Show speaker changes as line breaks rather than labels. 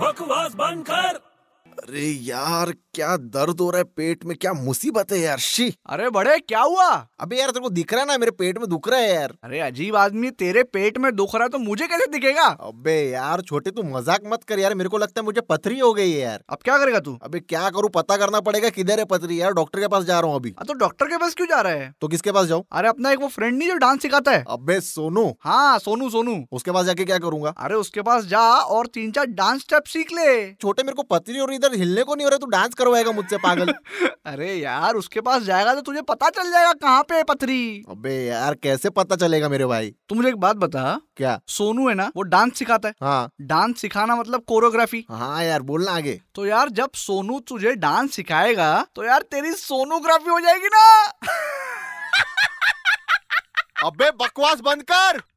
बकवास बंद कर
अरे यार क्या दर्द हो रहा है पेट में क्या मुसीबत है यार शी
अरे बड़े क्या हुआ
अबे यार तेरे को दिख रहा है ना मेरे पेट में दुख रहा है यार
अरे अजीब आदमी तेरे पेट में दुख रहा है तो मुझे कैसे दिखेगा
अबे यार छोटे तू मजाक मत कर यार मेरे को लगता है मुझे पथरी हो गई है यार
अब क्या करेगा तू
अबे क्या करूं पता करना पड़ेगा किधर है पथरी यार डॉक्टर के पास जा रहा हूँ अभी
हाँ, तो डॉक्टर के पास क्यों जा रहा है
तो किसके पास जाऊं
अरे अपना एक वो फ्रेंड नहीं जो डांस सिखाता है
अबे सोनू
हाँ सोनू सोनू
उसके पास जाके क्या करूंगा
अरे उसके पास जा और तीन चार डांस स्टेप सीख ले
छोटे मेरे को पथरी और इधर हिलने को नहीं हो रहा तू डांस करवाएगा मुझसे पागल
अरे यार उसके पास जाएगा तो तुझे पता चल जाएगा कहाँ पे है पथरी
अबे यार कैसे पता चलेगा मेरे भाई
तू मुझे एक बात बता
क्या
सोनू है ना वो डांस सिखाता है
हाँ
डांस सिखाना मतलब कोरियोग्राफी
हाँ यार बोलना आगे
तो यार जब सोनू तुझे डांस सिखाएगा तो यार तेरी सोनोग्राफी हो जाएगी ना
अबे बकवास बंद कर